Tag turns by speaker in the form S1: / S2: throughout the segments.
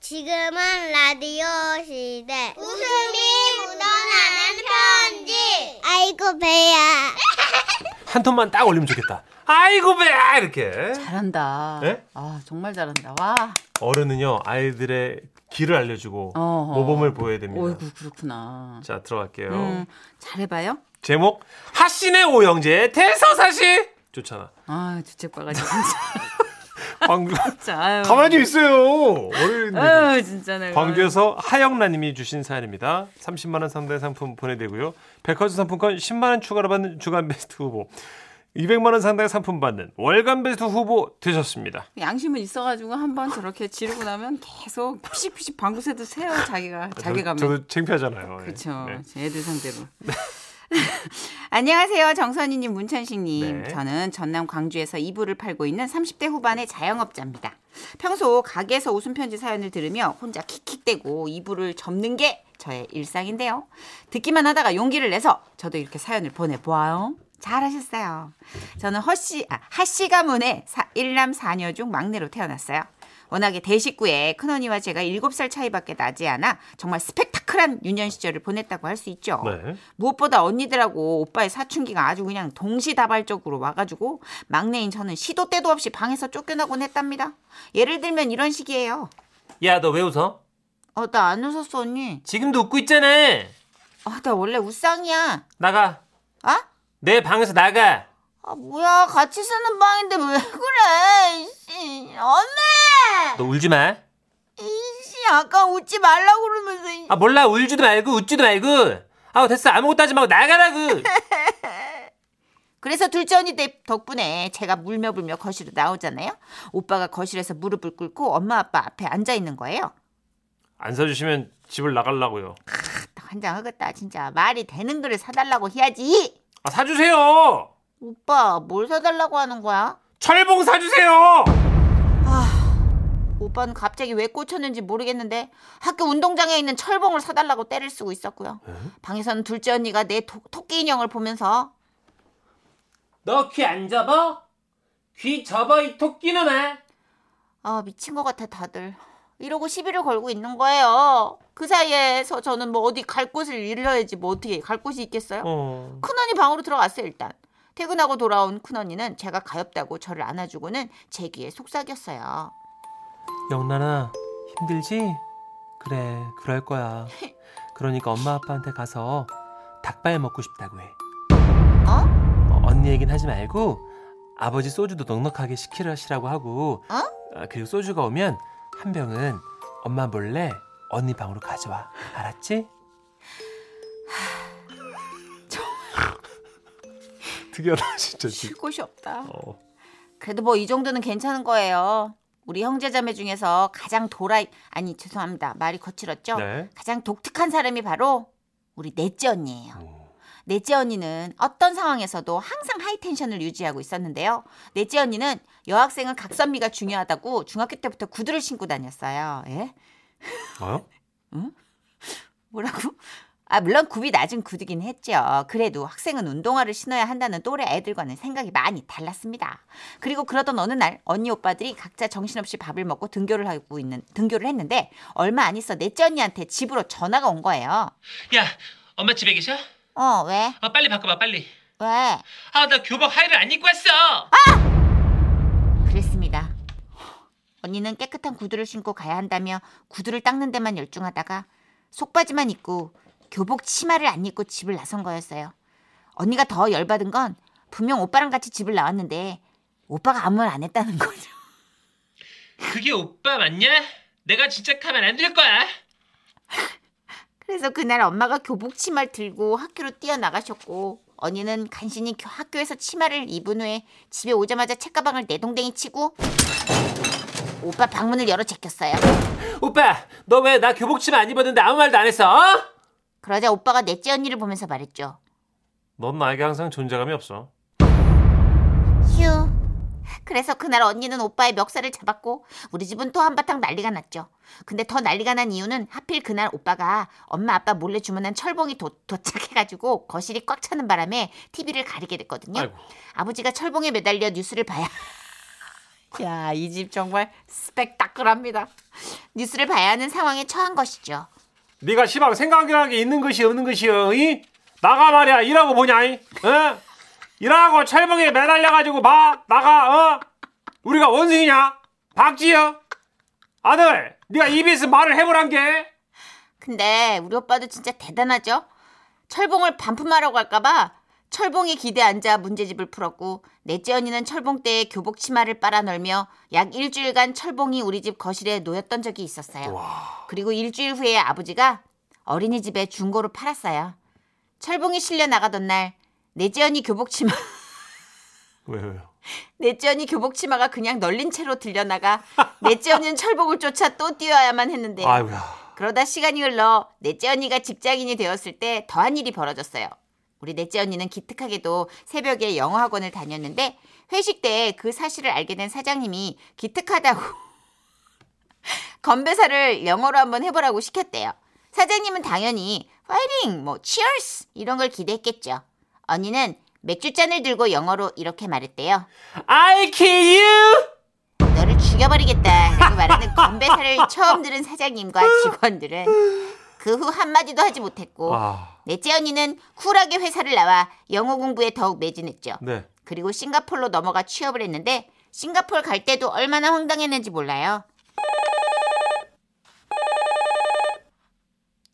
S1: 지금은 라디오 시대. 웃음이 묻어나는 편지. 아이고, 배야.
S2: 한 톤만 딱 올리면 좋겠다. 아이고 배 이렇게.
S3: 잘한다.
S2: 네?
S3: 아 정말 잘한다. 와.
S2: 어른은요 아이들의 길을 알려주고
S3: 어허.
S2: 모범을 보여야 됩니다.
S3: 어이구 그렇구나.
S2: 자 들어갈게요.
S3: 음, 잘해봐요.
S2: 제목 하신의 오형제 대서사시 좋잖아.
S3: 아 주책과가 진짜.
S2: 광주
S3: 진짜 아유.
S2: 가만히 있어요. 어른인데.
S3: 아유 진짜 내가.
S2: 광주에서 하영란님이 주신 사연입니다. 30만 원 상당의 상품 보내드리고요. 백화점 상품권 10만 원 추가로 받는 주간 베스트 후보, 200만 원 상당의 상품 받는 월간 베스트 후보 되셨습니다.
S3: 양심은 있어가지고 한번 저렇게 지르고 나면 계속 피식피식 방구새도 세요 자기가 자기감에.
S2: 아, 저, 도 창피하잖아요. 예.
S3: 그렇죠.
S2: 네.
S3: 애들 상대로. 안녕하세요. 정선희님, 문천식님.
S2: 네.
S3: 저는 전남 광주에서 이불을 팔고 있는 30대 후반의 자영업자입니다. 평소 가게에서 웃음편지 사연을 들으며 혼자 킥킥대고 이불을 접는 게 저의 일상인데요. 듣기만 하다가 용기를 내서 저도 이렇게 사연을 보내보아요. 잘하셨어요. 저는 허씨, 아, 하씨 가문의 사- 일남 사녀 중 막내로 태어났어요. 워낙에 대식구에 큰언니와 제가 7살 차이밖에 나지 않아 정말 스펙타클한 유년 시절을 보냈다고 할 수 있죠.
S2: 네.
S3: 무엇보다 언니들하고 오빠의 사춘기가 아주 그냥 동시다발적으로 와가지고 막내인 저는 시도 때도 없이 방에서 쫓겨나곤 했답니다. 예를 들면 이런 식이에요.
S2: 야, 너 왜 웃어?
S3: 어, 나 안 웃었어, 언니.
S2: 지금도 웃고 있잖아.
S3: 아, 나 원래 웃상이야.
S2: 나가.
S3: 아?
S2: 내 방에서 나가.
S3: 아, 뭐야. 같이 쓰는 방인데 왜 그래. 씨, 엄마!
S2: 너 울지 마.
S3: 이씨, 아까 웃지 말라고 그러면서. 이-
S2: 아, 몰라. 울지도 말고 웃지도 말고. 아, 됐어. 아무것도 하지 말고 나가라고.
S3: 그래서 둘째 언니 댁 덕분에 제가 물며불며 거실로 나오잖아요. 오빠가 거실에서 무릎을 꿇고 엄마 아빠 앞에 앉아 있는 거예요.
S2: 안 사주시면 집을 나가려고요.
S3: 환장하겠다 진짜 말이 되는 글을 사달라고 해야지
S2: 아, 사주세요.
S3: 오빠 뭘 사달라고 하는 거야?
S2: 철봉 사주세요.
S3: 오빠는 갑자기 왜 꽂혔는지 모르겠는데 학교 운동장에 있는 철봉을 사달라고 떼를 쓰고 있었고요 방에서는 둘째 언니가 내 토- 토끼 인형을 보면서
S2: 너 귀 안 접어? 귀 접어 이 토끼놈아.
S3: 아 미친 것 같아 다들 이러고 시비를 걸고 있는 거예요 그 사이에서 저는 뭐 어디 갈 곳을 잃어야지 뭐 어떻게 갈 곳이 있겠어요?
S2: 어.
S3: 큰언니 방으로 들어갔어요 일단 퇴근하고 돌아온 큰언니는 제가 가엾다고 저를 안아주고는 제 귀에 속삭였어요
S4: 영란아 힘들지? 그래 그럴 거야 그러니까 엄마 아빠한테 가서 닭발 먹고 싶다고 해 어? 언니 얘긴 하지 말고 아버지 소주도 넉넉하게 시키시라고 하고
S3: 어?
S4: 아, 그리고 소주가 오면 한 병은 엄마 몰래 언니 방으로 가져와 알았지?
S2: 특이하다 진짜.
S3: 쉴 곳이 없다
S2: 어.
S3: 그래도 뭐 이 정도는 괜찮은 거예요. 우리 형제자매 중에서 가장 도라이 아니 죄송합니다 말이 거칠었죠.
S2: 네.
S3: 가장 독특한 사람이 바로 우리 넷째 언니예요. 넷째 언니는 어떤 상황에서도 항상 하이텐션을 유지하고 있었는데요. 넷째 언니는 여학생은 각선미가 중요하다고 중학교 때부터 구두를 신고 다녔어요. 예?
S2: 어?
S3: 뭐라고? 아, 물론 굽이 낮은 구두긴 했죠. 그래도 학생은 운동화를 신어야 한다는 또래 애들과는 생각이 많이 달랐습니다. 그리고 그러던 어느 날 언니 오빠들이 각자 정신없이 밥을 먹고 등교를 하고 있는 등교를 했는데 얼마 안 있어 넷째 언니한테 집으로 전화가 온 거예요.
S4: 야 엄마 집에 계셔?
S3: 어, 왜?
S4: 어, 빨리 바꿔봐 빨리
S3: 왜?
S4: 아 나 교복 하의를 안 입고 왔어
S3: 그랬습니다. 언니는 깨끗한 구두를 신고 가야 한다며 구두를 닦는 데만 열중하다가 속바지만 입고 교복 치마를 안 입고 집을 나선 거였어요. 언니가 더 열받은 건 분명 오빠랑 같이 집을 나왔는데 오빠가 아무 말 안 했다는 거죠.
S4: 그게 오빠 맞냐? 내가 진짜 가면 안 될 거야
S3: 그래서 그날 엄마가 교복 치마를 들고 학교로 뛰어나가셨고 언니는 간신히 교- 학교에서 치마를 입은 후에 집에 오자마자 책가방을 내동댕이 치고 오빠 방문을 열어 제꼈어요.
S2: 오빠, 너 왜 나 교복 치마 안 입었는데 아무 말도 안 했어? 어?
S3: 그러자 오빠가 넷째 언니를 보면서 말했죠.
S2: 넌 나에게 항상 존재감이 없어.
S3: 휴. 그래서 그날 언니는 오빠의 멱살을 잡았고 우리 집은 또 한바탕 난리가 났죠. 근데 더 난리가 난 이유는 하필 그날 오빠가 엄마 아빠 몰래 주문한 철봉이 도, 도착해가지고 거실이 꽉 차는 바람에 TV를 가리게 됐거든요.
S2: 아이고.
S3: 아버지가 철봉에 매달려 뉴스를 봐야 야, 이 집 정말 스펙타클합니다. 뉴스를 봐야 하는 상황에 처한 것이죠.
S2: 네가 시방 생각이라게 있는 것이 없는 것이여 이? 나가 말이야 일하고 보냐 이? 어? 일하고 철봉에 매달려가지고 봐 나가 어? 우리가 원숭이냐? 박지여? 아들 네가 EBS 말을 해보란 게
S3: 근데 우리 오빠도 진짜 대단하죠? 철봉을 반품하라고 할까봐 철봉이 기대 앉아 문제집을 풀었고 넷째 언니는 철봉 때에 교복 치마를 빨아널며 약 일주일간 철봉이 우리 집 거실에 놓였던 적이 있었어요. 그리고 일주일 후에 아버지가 어린이집에 중고로 팔았어요. 철봉이 실려 나가던 날 넷째 언니 교복 치마
S2: 왜 왜요?
S3: 넷째 언니 교복 치마가 그냥 널린 채로 들려나가 넷째 언니는 철봉을 쫓아 또 뛰어야만 했는데
S2: 아이고야
S3: 그러다 시간이 흘러 넷째 언니가 직장인이 되었을 때 더한 일이 벌어졌어요. 우리 넷째 언니는 기특하게도 새벽에 영어 학원을 다녔는데 회식 때 그 사실을 알게 된 사장님이 기특하다고 건배사를 영어로 한번 해보라고 시켰대요. 사장님은 당연히 파이팅, 뭐 cheers 이런 걸 기대했겠죠. 언니는 맥주잔을 들고 영어로 이렇게 말했대요.
S2: I kill you
S3: 너를 죽여버리겠다라고 말하는 건배사를 처음 들은 사장님과 직원들은 그 후 한마디도 하지 못했고
S2: 아,
S3: 넷째 언니는 쿨하게 회사를 나와 영어 공부에 더욱 매진했죠.
S2: 네
S3: 그리고 싱가폴로 넘어가 취업을 했는데 싱가폴 갈 때도 얼마나 황당했는지 몰라요.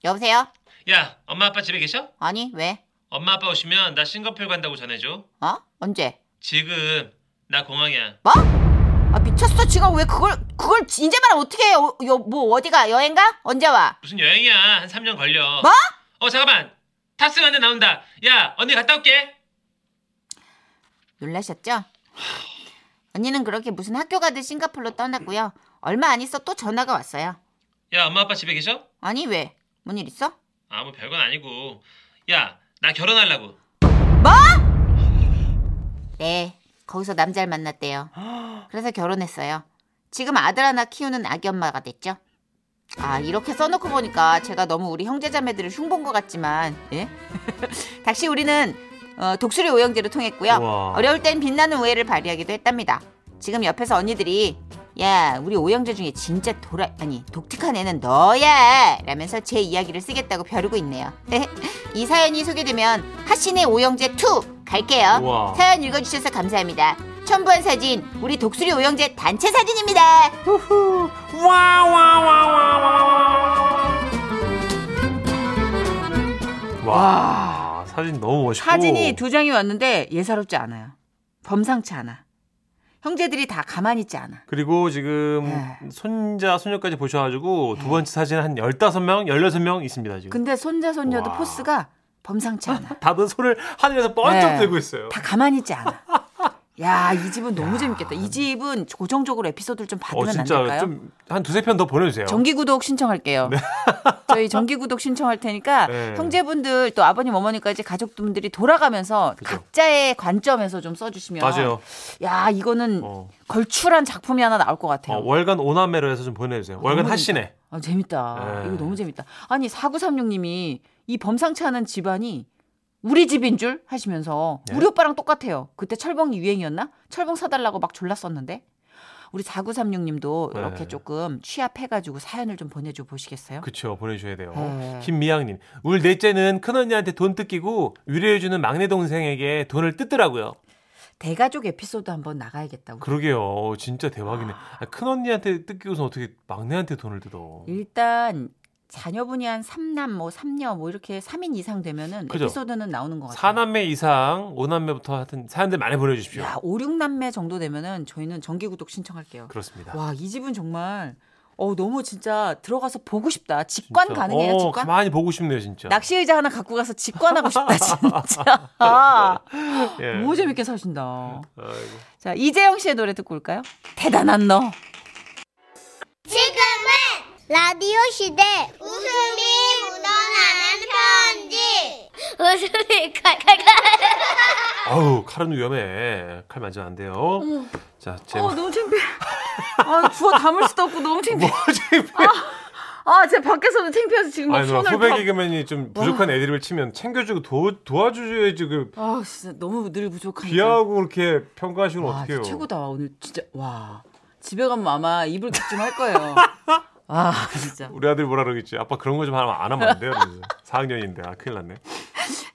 S3: 여보세요?
S4: 야, 엄마 아빠 집에 계셔?
S3: 아니 왜?
S4: 엄마 아빠 오시면 나 싱가포르 간다고 전해줘.
S3: 어? 언제?
S4: 지금 나 공항이야.
S3: 뭐? 아 미쳤어 지금 왜 그걸 그걸 이제 말 어떻게 해? 어, 여, 뭐 어디가 여행가? 언제 와?
S4: 무슨 여행이야? 한 3년 걸려.
S3: 뭐?
S4: 어, 잠깐만. 탑승 안에 나온다. 야, 언니 갔다 올게.
S3: 놀라셨죠? 언니는 그렇게 무슨 학교 가듯 싱가폴로 떠났고요. 얼마 안 있어 또 전화가 왔어요.
S4: 야, 엄마 아빠 집에 계셔?
S3: 아니 왜? 뭔 일 있어?
S4: 아, 뭐 별건 아니고. 야, 나 결혼하려고.
S3: 네. 거기서 남자를 만났대요. 그래서 결혼했어요. 지금 아들 하나 키우는 아기 엄마가 됐죠. 아 이렇게 써놓고 보니까 제가 너무 우리 형제자매들을 흉본 것 같지만 예? 다시 우리는 어, 독수리 오형제로 통했고요.
S2: 우와.
S3: 어려울 땐 빛나는 우애를 발휘하기도 했답니다. 지금 옆에서 언니들이 야 우리 오형제 중에 진짜 돌아 아니 독특한 애는 너야 라면서 제 이야기를 쓰겠다고 벼르고 있네요. 이 사연이 소개되면 하신의 오형제 2 갈게요.
S2: 우와.
S3: 사연 읽어주셔서 감사합니다. 첨부한 사진 우리 독수리 오형제 단체 사진입니다.
S2: 와와와와와와 와, 사진 너무 멋있고
S3: 사진이 두 장이 왔는데 예사롭지 않아요. 범상치 않아. 형제들이 다 가만히 있지 않아.
S2: 그리고 지금
S3: 네.
S2: 손자 손녀까지 보셔가지고 두 번째 사진 한 15명 16명 있습니다 지금
S3: 근데 손자 손녀도
S2: 와.
S3: 포스가 범상치 않아.
S2: 다들 손을 하늘에서 번쩍
S3: 네.
S2: 들고 있어요
S3: 다 가만히 있지 않아. 야, 이 집은 너무 재밌겠다. 이 집은 고정적으로 에피소드를 좀
S2: 어
S3: 받으면 안
S2: 진짜
S3: 될까요?
S2: 좀 한 두세 편 더 보내주세요
S3: 정기구독 신청할게요. 저희 정기구독 신청할 테니까
S2: 네.
S3: 형제분들 또 아버님 어머니까지 가족분들이 돌아가면서
S2: 그죠.
S3: 각자의 관점에서 좀 써주시면
S2: 맞아요
S3: 야 이거는
S2: 어.
S3: 걸출한 작품이 하나 나올 것 같아요.
S2: 어, 월간 오나메로 해서 좀 보내주세요 월간
S3: 너무
S2: 하시네
S3: 아, 재밌다.
S2: 네.
S3: 이거 너무 재밌다. 아니 4936님이 이 범상치 않은 집안이 우리 집인 줄 하시면서
S2: 네.
S3: 우리 오빠랑 똑같아요. 그때 철봉이 유행이었나? 철봉 사달라고 막 졸랐었는데 우리 4936님도
S2: 네.
S3: 이렇게 조금 취합해가지고 사연을 좀 보내줘 보시겠어요?
S2: 그쵸 보내주셔야 돼요
S3: 네.
S2: 김미양님 우리 넷째는 큰언니한테 돈 뜯기고 위로해주는 막내 동생에게 돈을 뜯더라고요
S3: 대가족 에피소드 한번 나가야겠다. 우리.
S2: 그러게요 진짜 대박이네 아, 큰언니한테 뜯기고서 어떻게 막내한테 돈을 뜯어
S3: 일단 자녀분이 한 3남 뭐 3녀 뭐 이렇게 3인 이상 되면은
S2: 그죠.
S3: 에피소드는 나오는 것 같아요.
S2: 4남매 이상 5남매부터 하여튼 사연들 많이 보내주십시오
S3: 야, 5, 6남매 정도 되면은 저희는 정기 구독 신청할게요.
S2: 그렇습니다
S3: 와, 이 집은 정말 어 너무 진짜 들어가서 보고 싶다. 직관
S2: 진짜.
S3: 가능해요,
S2: 어,
S3: 직관?
S2: 가만히 보고 싶네요, 진짜.
S3: 낚시 의자 하나 갖고 가서 직관하고 싶다, 진짜.
S2: 예.
S3: 너무 재밌게 사신다.
S2: 아이고.
S3: 자, 이재영 씨의 노래 듣고 올까요? 대단한 너.
S2: 네.
S1: 지금은 라디오 시대 웃음이 묻어나는 편지 웃음이 칼칼칼
S2: 아우, 칼은 위험해. 칼 만지면 안 돼요. 자, 제
S3: 어, 너무 창피해. 아, 주워 담을 수도 없고 너무 창피해. 아, 제가 밖에서도 창피해서 지금 막
S2: 아니, 누나,
S3: 손을 어.
S2: 후배
S3: 다-
S2: 개그맨이 좀 부족한 애드립을 치면 챙겨주고 도, 도와줘야지 그
S3: 아, 진짜 너무 늘 부족한데. 아,
S2: 비하고 그렇게 평가하시면
S3: 와,
S2: 어떡해요.
S3: 진짜 최고다. 오늘 진짜 와. 집에 가면 아마 이불 킥좀 할 거예요. 아 진짜.
S2: 우리 아들이 뭐라 그러겠지. 아빠 그런 거 좀 하면 안 하면 안 돼요. 이러면서. 4학년인데 아 큰일 났네.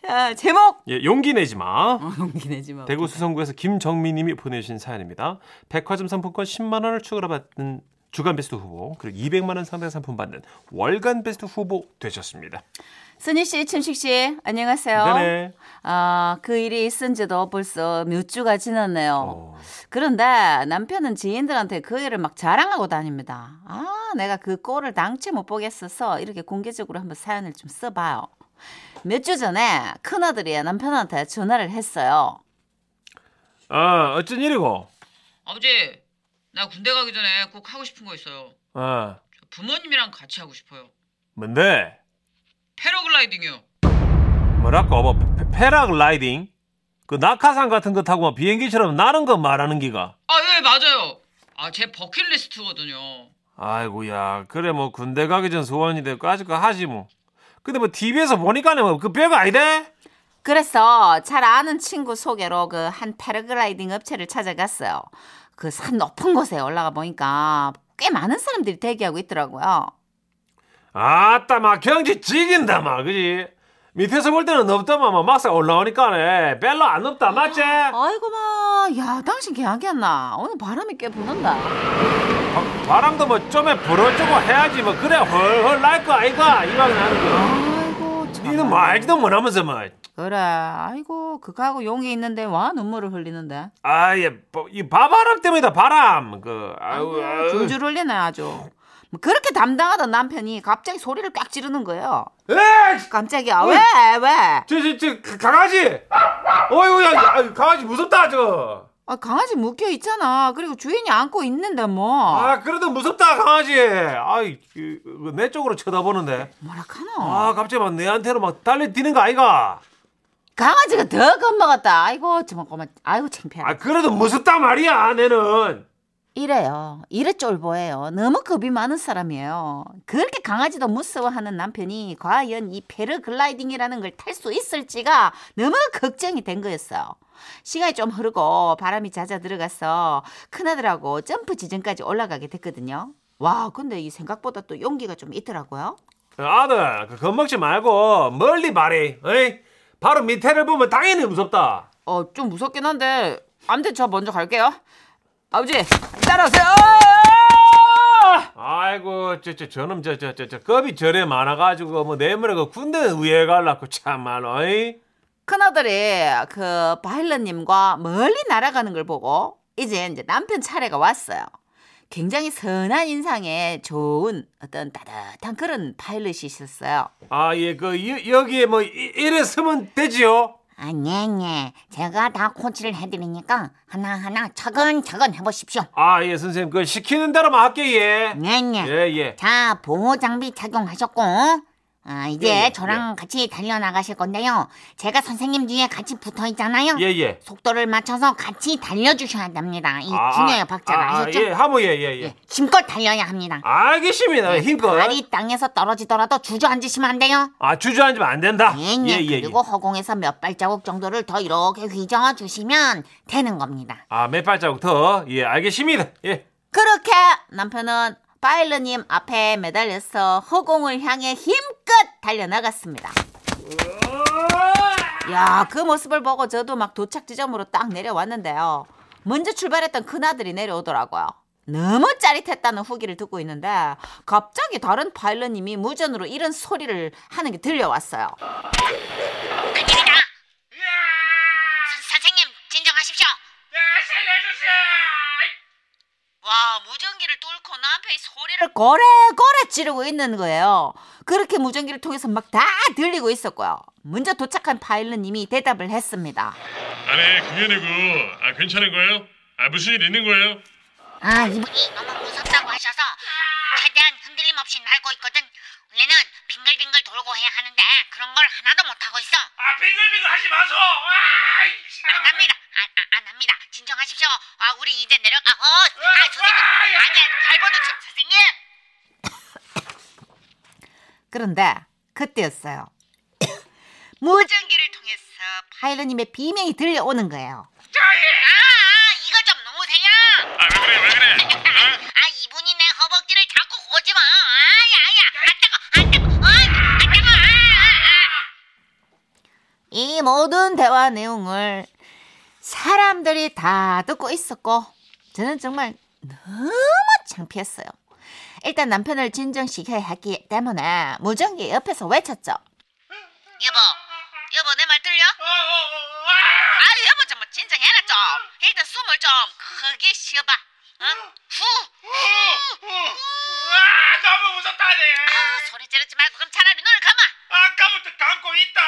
S3: 아, 제목
S2: 예, 용기 내지 마.
S3: 어, 용기 내지 마.
S2: 대구 수성구에서 김정민님이 보내주신 사연입니다. 백화점 상품권 10만 원을 추가로 받는 주간 베스트 후보 그리고 200만 원 상당 상품 받는 월간 베스트 후보 되셨습니다.
S3: 순희 씨, 춘식 씨, 안녕하세요.
S2: 네네.
S3: 아, 그 일이 있은 지도 벌써 몇 주가 지났네요.
S2: 어,
S3: 그런데 남편은 지인들한테 그 일을 막 자랑하고 다닙니다. 아, 내가 그 꼴을 당체 못 보겠어서 이렇게 공개적으로 한번 사연을 좀 써봐요. 몇 주 전에 큰아들이 남편한테 전화를 했어요.
S2: 아 어쩐 일이고?
S5: 아버지, 나 군대 가기 전에 꼭 하고 싶은 거 있어요.
S2: 아
S5: 저 부모님이랑 같이 하고 싶어요.
S2: 뭔데?
S5: 패러글라이딩이요.
S2: 뭐랄까 뭐 페- 패러글라이딩? 그 낙하산 같은 거 타고 막 비행기처럼 나는 거 말하는 기가.
S5: 아, 예, 맞아요. 아, 제 버킷리스트거든요.
S2: 아이고야 그래 뭐 군대 가기 전 소원이 되고 아직 까 하지 뭐. 근데 뭐 TV에서 보니까는 뭐그 별거 아니대.
S3: 그래서 잘 아는 친구 소개로 그 한 패러글라이딩 업체를 찾아갔어요. 그 산 높은 곳에 올라가 보니까 꽤 많은 사람들이 대기하고 있더라고요.
S2: 아따 막 경지 찍인다 막 그지 밑에서 볼 때는 높다만 막 막상 올라오니까네 별로 안 높다 맞지
S3: 아이고 마, 야 당신 계약이었나? 오늘 바람이 꽤 부는다.
S2: 바- 바람도 뭐 좀에 불어주고 해야지 뭐 그래 헐헐 날 거 아이가 이왕 나는
S3: 아이고
S2: 거
S3: 참.
S2: 니는 말지도 못하면서 뭐.
S3: 그래, 아이고 그거하고 용이 있는데 와 눈물을 흘리는데.
S2: 뭐아예이 바바람 때문이다 바람 그 아우
S3: 아이고,
S2: 아우.
S3: 줄줄 흘리네 아주. 뭐 그렇게 담당하던 남편이 갑자기 소리를 꽉 지르는 거예요.
S2: 에이
S3: 깜짝이야 왜 왜?
S2: 저저저 강아지 어이구야 아, 강아지 무섭다 저아
S3: 아, 강아지 묶여 있잖아. 그리고 주인이 안고 있는데 뭐.
S2: 아, 그래도 무섭다 강아지 아이 그, 그내 쪽으로 쳐다보는데
S3: 뭐라카노?
S2: 아 갑자기 막 내한테로 막 달려드는 거 아이가
S3: 강아지가 더 겁먹었다. 아이고 정말 고마. 아이고 창피해.
S2: 아 그래도 무섭단 말이야 내는
S3: 이래요. 이래 쫄보예요. 너무 겁이 많은 사람이에요. 그렇게 강아지도 무서워하는 남편이 과연 이 패러글라이딩이라는 걸 탈 수 있을지가 너무 걱정이 된 거였어요. 시간이 좀 흐르고 바람이 잦아 들어가서 큰아들하고 점프 지점까지 올라가게 됐거든요. 와, 근데 이 생각보다 또 용기가 좀 있더라고요.
S2: 아들 그 겁먹지 말고 멀리 말해 어이? 바로 밑에를 보면 당연히 무섭다
S3: 어, 좀 무섭긴 한데 아무튼 저 먼저 갈게요. 아버지, 따라오세요.
S2: 아이고 저저 저놈 저 저 저 저 겁이 저래 많아가지고 뭐 내물에 그 군대 위에 갈라고 참말로 어이?
S3: 큰아들이 그 바일러님과 멀리 날아가는 걸 보고 이제 이제 남편 차례가 왔어요. 굉장히 선한 인상에 좋은 어떤 따뜻한 그런 바일럿이셨어요.
S2: 아예 그 여기에 뭐 이- 이래 서면 되지요
S6: 아니네 제가 다 코치를 해드리니까 하나하나 차근차근 해보십시오
S2: 아 예 선생님 그 시키는 대로만 할게 예.
S6: 네네
S2: 예예예
S6: 자 보호 장비 착용하셨고 아 이제
S2: 예, 예,
S6: 저랑 같이 달려 나가실 건데요 제가 선생님 뒤에 같이 붙어 있잖아요
S2: 예, 예.
S6: 속도를 맞춰서 같이 달려주셔야 됩니다 이
S2: 아,
S6: 중요해요 박자를
S2: 아,
S6: 아, 셨죠
S2: 예 하모 예예 예,
S6: 예, 힘껏 달려야 합니다
S2: 알겠습니다 힘껏
S6: 발이 땅에서 떨어지더라도 주저앉으시면 안 돼요
S2: 아 주저앉으면 안
S3: 예,
S2: 된다 예,
S6: 네네 그리고 허공에서 몇 발자국 정도를 더 이렇게 휘저어 주시면 되는 겁니다
S2: 아, 몇 발자국 더? 예, 알겠습니다. 예.
S3: 그렇게 남편은 바일러님 앞에 매달려서 허공을 향해 힘껏 달려나갔습니다.
S7: 아,
S3: 야, 그 모습을 보고 저도 막 도착 지점으로 딱 내려왔는데요. 먼저 출발했던 큰아들이 내려오더라고요. 너무 짜릿했다는 후기를 듣고 있는데 갑자기 다른 파일럿님이 무전으로 이런 소리를 하는 게 들려왔어요.
S6: 선생님 진정하십시오.
S3: 와 무전기를 뚫고 남편이 소리를 고래고래 지르고 있는 거예요. 그렇게 무전기를 통해서 막 다 들리고 있었고요. 먼저 도착한 파일럿님이 대답을 했습니다.
S8: 아니 그게 아니고 아 괜찮은 거예요? 아 무슨 일 있는 거예요?
S6: 아 이분이 너무 무섭다고 하셔서 최대한 흔들림 없이 날고 있거든. 원래는 빙글빙글 돌고 해야 하는데 그런 걸 하나도 못 하고 있어.
S8: 아 빙글빙글 하지 마소!
S7: 아,
S2: 아.
S6: 안 합니다. 안, 안, 안 합니다. 진정하십시오. 아 우리 이제 내려가고. 아 선생님 아니 발버둥 치- 선생님.
S3: 그런데 그때였어요. 무전기를 통해서 파일럿님의 비명이 들려오는 거예요.
S6: 아 이거 좀 놓으세요.
S8: 아왜 그래 왜 그래? 아
S6: 아, 안 뜨거, 안 뜨거, 어, 안 뜨거. 아, 아, 아.
S3: 이 모든 대화 내용을 사람들이 다 듣고 있었고 저는 정말 너무 창피했어요. 일단 남편을 진정시켜야 하기 때문에 무전기 옆에서 외쳤죠.
S6: 여보, 여보 내 말 들려? 아 여보 좀 진정해라 좀. 일단 숨을 좀 크게 쉬어봐. 응? 후.
S7: 아, 너무 무섭다네.
S6: 아, 소리 지르지 말고 그럼 차라리 눈을 감아.
S7: 아까부터 감고 있다.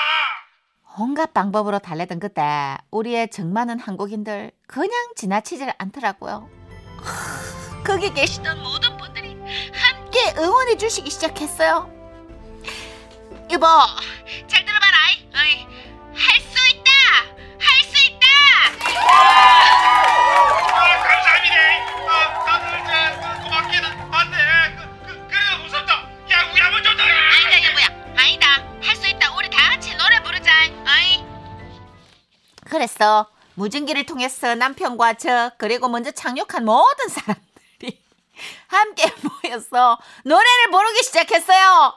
S3: 온갖 방법으로 달래던 그때 우리의 정 많은 한국인들 그냥 지나치질 않더라고요. 크, 거기 계시
S6: 넌 모든 분들이
S3: 함께 응원해 주시기 시작했어요. 여보,
S6: 잘 들어봐라. 어이, 할수 있다. 할 수 있다.
S7: 아, 감사합니다. 아, 나는 이제 그 고맙기는 한데 그, 그, 그래도 무섭다. 야, 우리 한번 좀 더.
S6: 아니다 여보야. 아니다. 할 수 있다. 우리 다 같이 노래 부르자. 어이.
S3: 그랬어. 무전기를 통해서 남편과 저 그리고 먼저 착륙한 모든 사람들이 함께 모여서 노래를 부르기 시작했어요.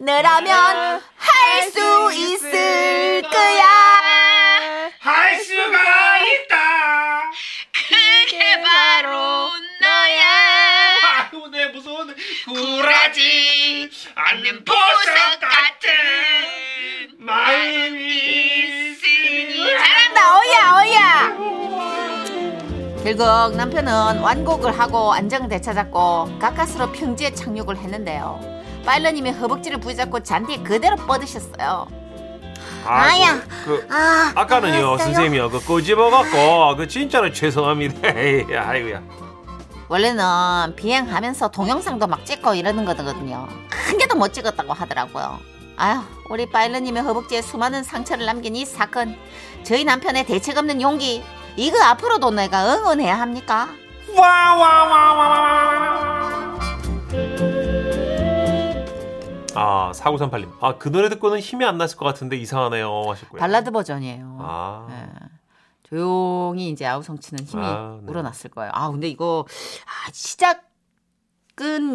S3: 너라면 할 수 있을 거야.
S7: 할 수가 있다.
S6: 그게 바로 너야.
S7: 아유, 내 무서운 구라지 않는 보석 같은 마음이 있으니.
S3: 잘한다 어야 어야 결국 남편은 완곡을 하고 안정을 되찾았고 가까스로 평지에 착륙을 했는데요 파일러님이 허벅지를 부여잡고 잔디에 그대로 뻗으셨어요
S1: 아야.
S2: 그
S1: 아,
S2: 아까는요
S1: 알았어요.
S2: 선생님이요 그 꼬집어갖고 그 진짜로 죄송합니다. 에이, 아이고야.
S3: 원래는 비행하면서 동영상도 막 찍고 이러는 거거든요 큰 개도 못 찍었다고 하더라고요 아휴 우리 파일러님의 허벅지에 수많은 상처를 남긴 이 사건 저희 남편의 대책 없는 용기 이거 앞으로도 내가 응원해야 합니까?
S2: 아 4938님 아그 노래 듣고는 힘이 안 났을 것 같은데 이상하네요 하셨고요.
S3: 발라드 버전이에요
S2: 아
S3: 예. 조용히 이제 아우성치는 힘이
S2: 아, 네.
S3: 우러났을 거예요. 아 근데 이거 아, 시작은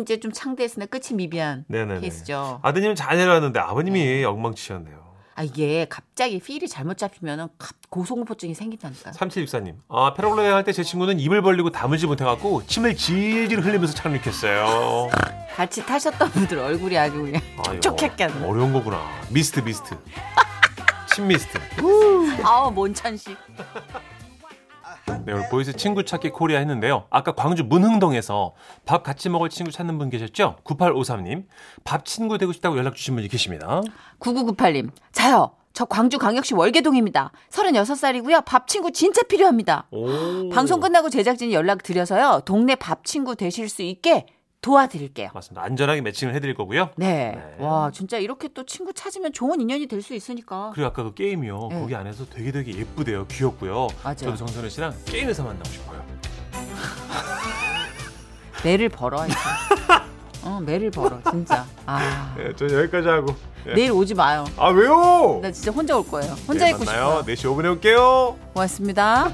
S3: 이제 좀 창대했으나 끝이 미비한
S2: 네네네.
S3: 케이스죠.
S2: 아드님 잘 내려왔는데 아버님이 엉망치셨네요.
S3: 아 이게 갑자기 필이 잘못 잡히면은 갑- 고소공포증이 생긴다니까.
S2: 3764님. 아, 패러글라이딩 할 때 제 친구는 입을 벌리고 다물지 못해갖고 침을 질질 흘리면서 착륙했어요.
S3: 같이 타셨던 분들 얼굴이 아주 그냥
S2: 아유,
S3: 촉촉했겠네.
S2: 어려운 거구나. 미스트, 미스트. 침 미스트.
S3: 아우 몬천식.
S2: 네, 오늘 보이스 친구 찾기 코리아 했는데요. 아까 광주 문흥동에서 밥 같이 먹을 친구 찾는 분 계셨죠? 9853님. 밥 친구 되고 싶다고 연락 주신 분이 계십니다.
S3: 9998님 자요. 저 광주 강역시 월계동입니다. 36살이고요. 밥 친구 진짜 필요합니다.
S2: 오.
S3: 방송 끝나고 제작진이 연락 드려서요. 동네 밥 친구 되실 수 있게 도와드릴게요.
S2: 맞습니다. 안전하게 매칭을 해드릴 거고요.
S3: 네.
S2: 네.
S3: 와, 진짜 이렇게 또 친구 찾으면 좋은 인연이 될 수 있으니까.
S2: 그리고 아까 그 게임이요.
S3: 네.
S2: 거기 안에서 되게 되게 예쁘대요. 귀엽고요.
S3: 맞아요.
S2: 저도 정선우 씨랑 게임에서 만나고 싶어요.
S3: 매를 벌어. 이제. 어, 매를 벌어. 진짜. 아.
S2: 네, 저 여기까지 하고.
S3: 내일 오지 마요.
S2: 아, 왜요? 네,
S3: 나 진짜 네, 혼자 올 거예요. 혼자 있고 싶어요.
S2: 만나요. 4시 5분에 올게요.
S3: 고맙습니다.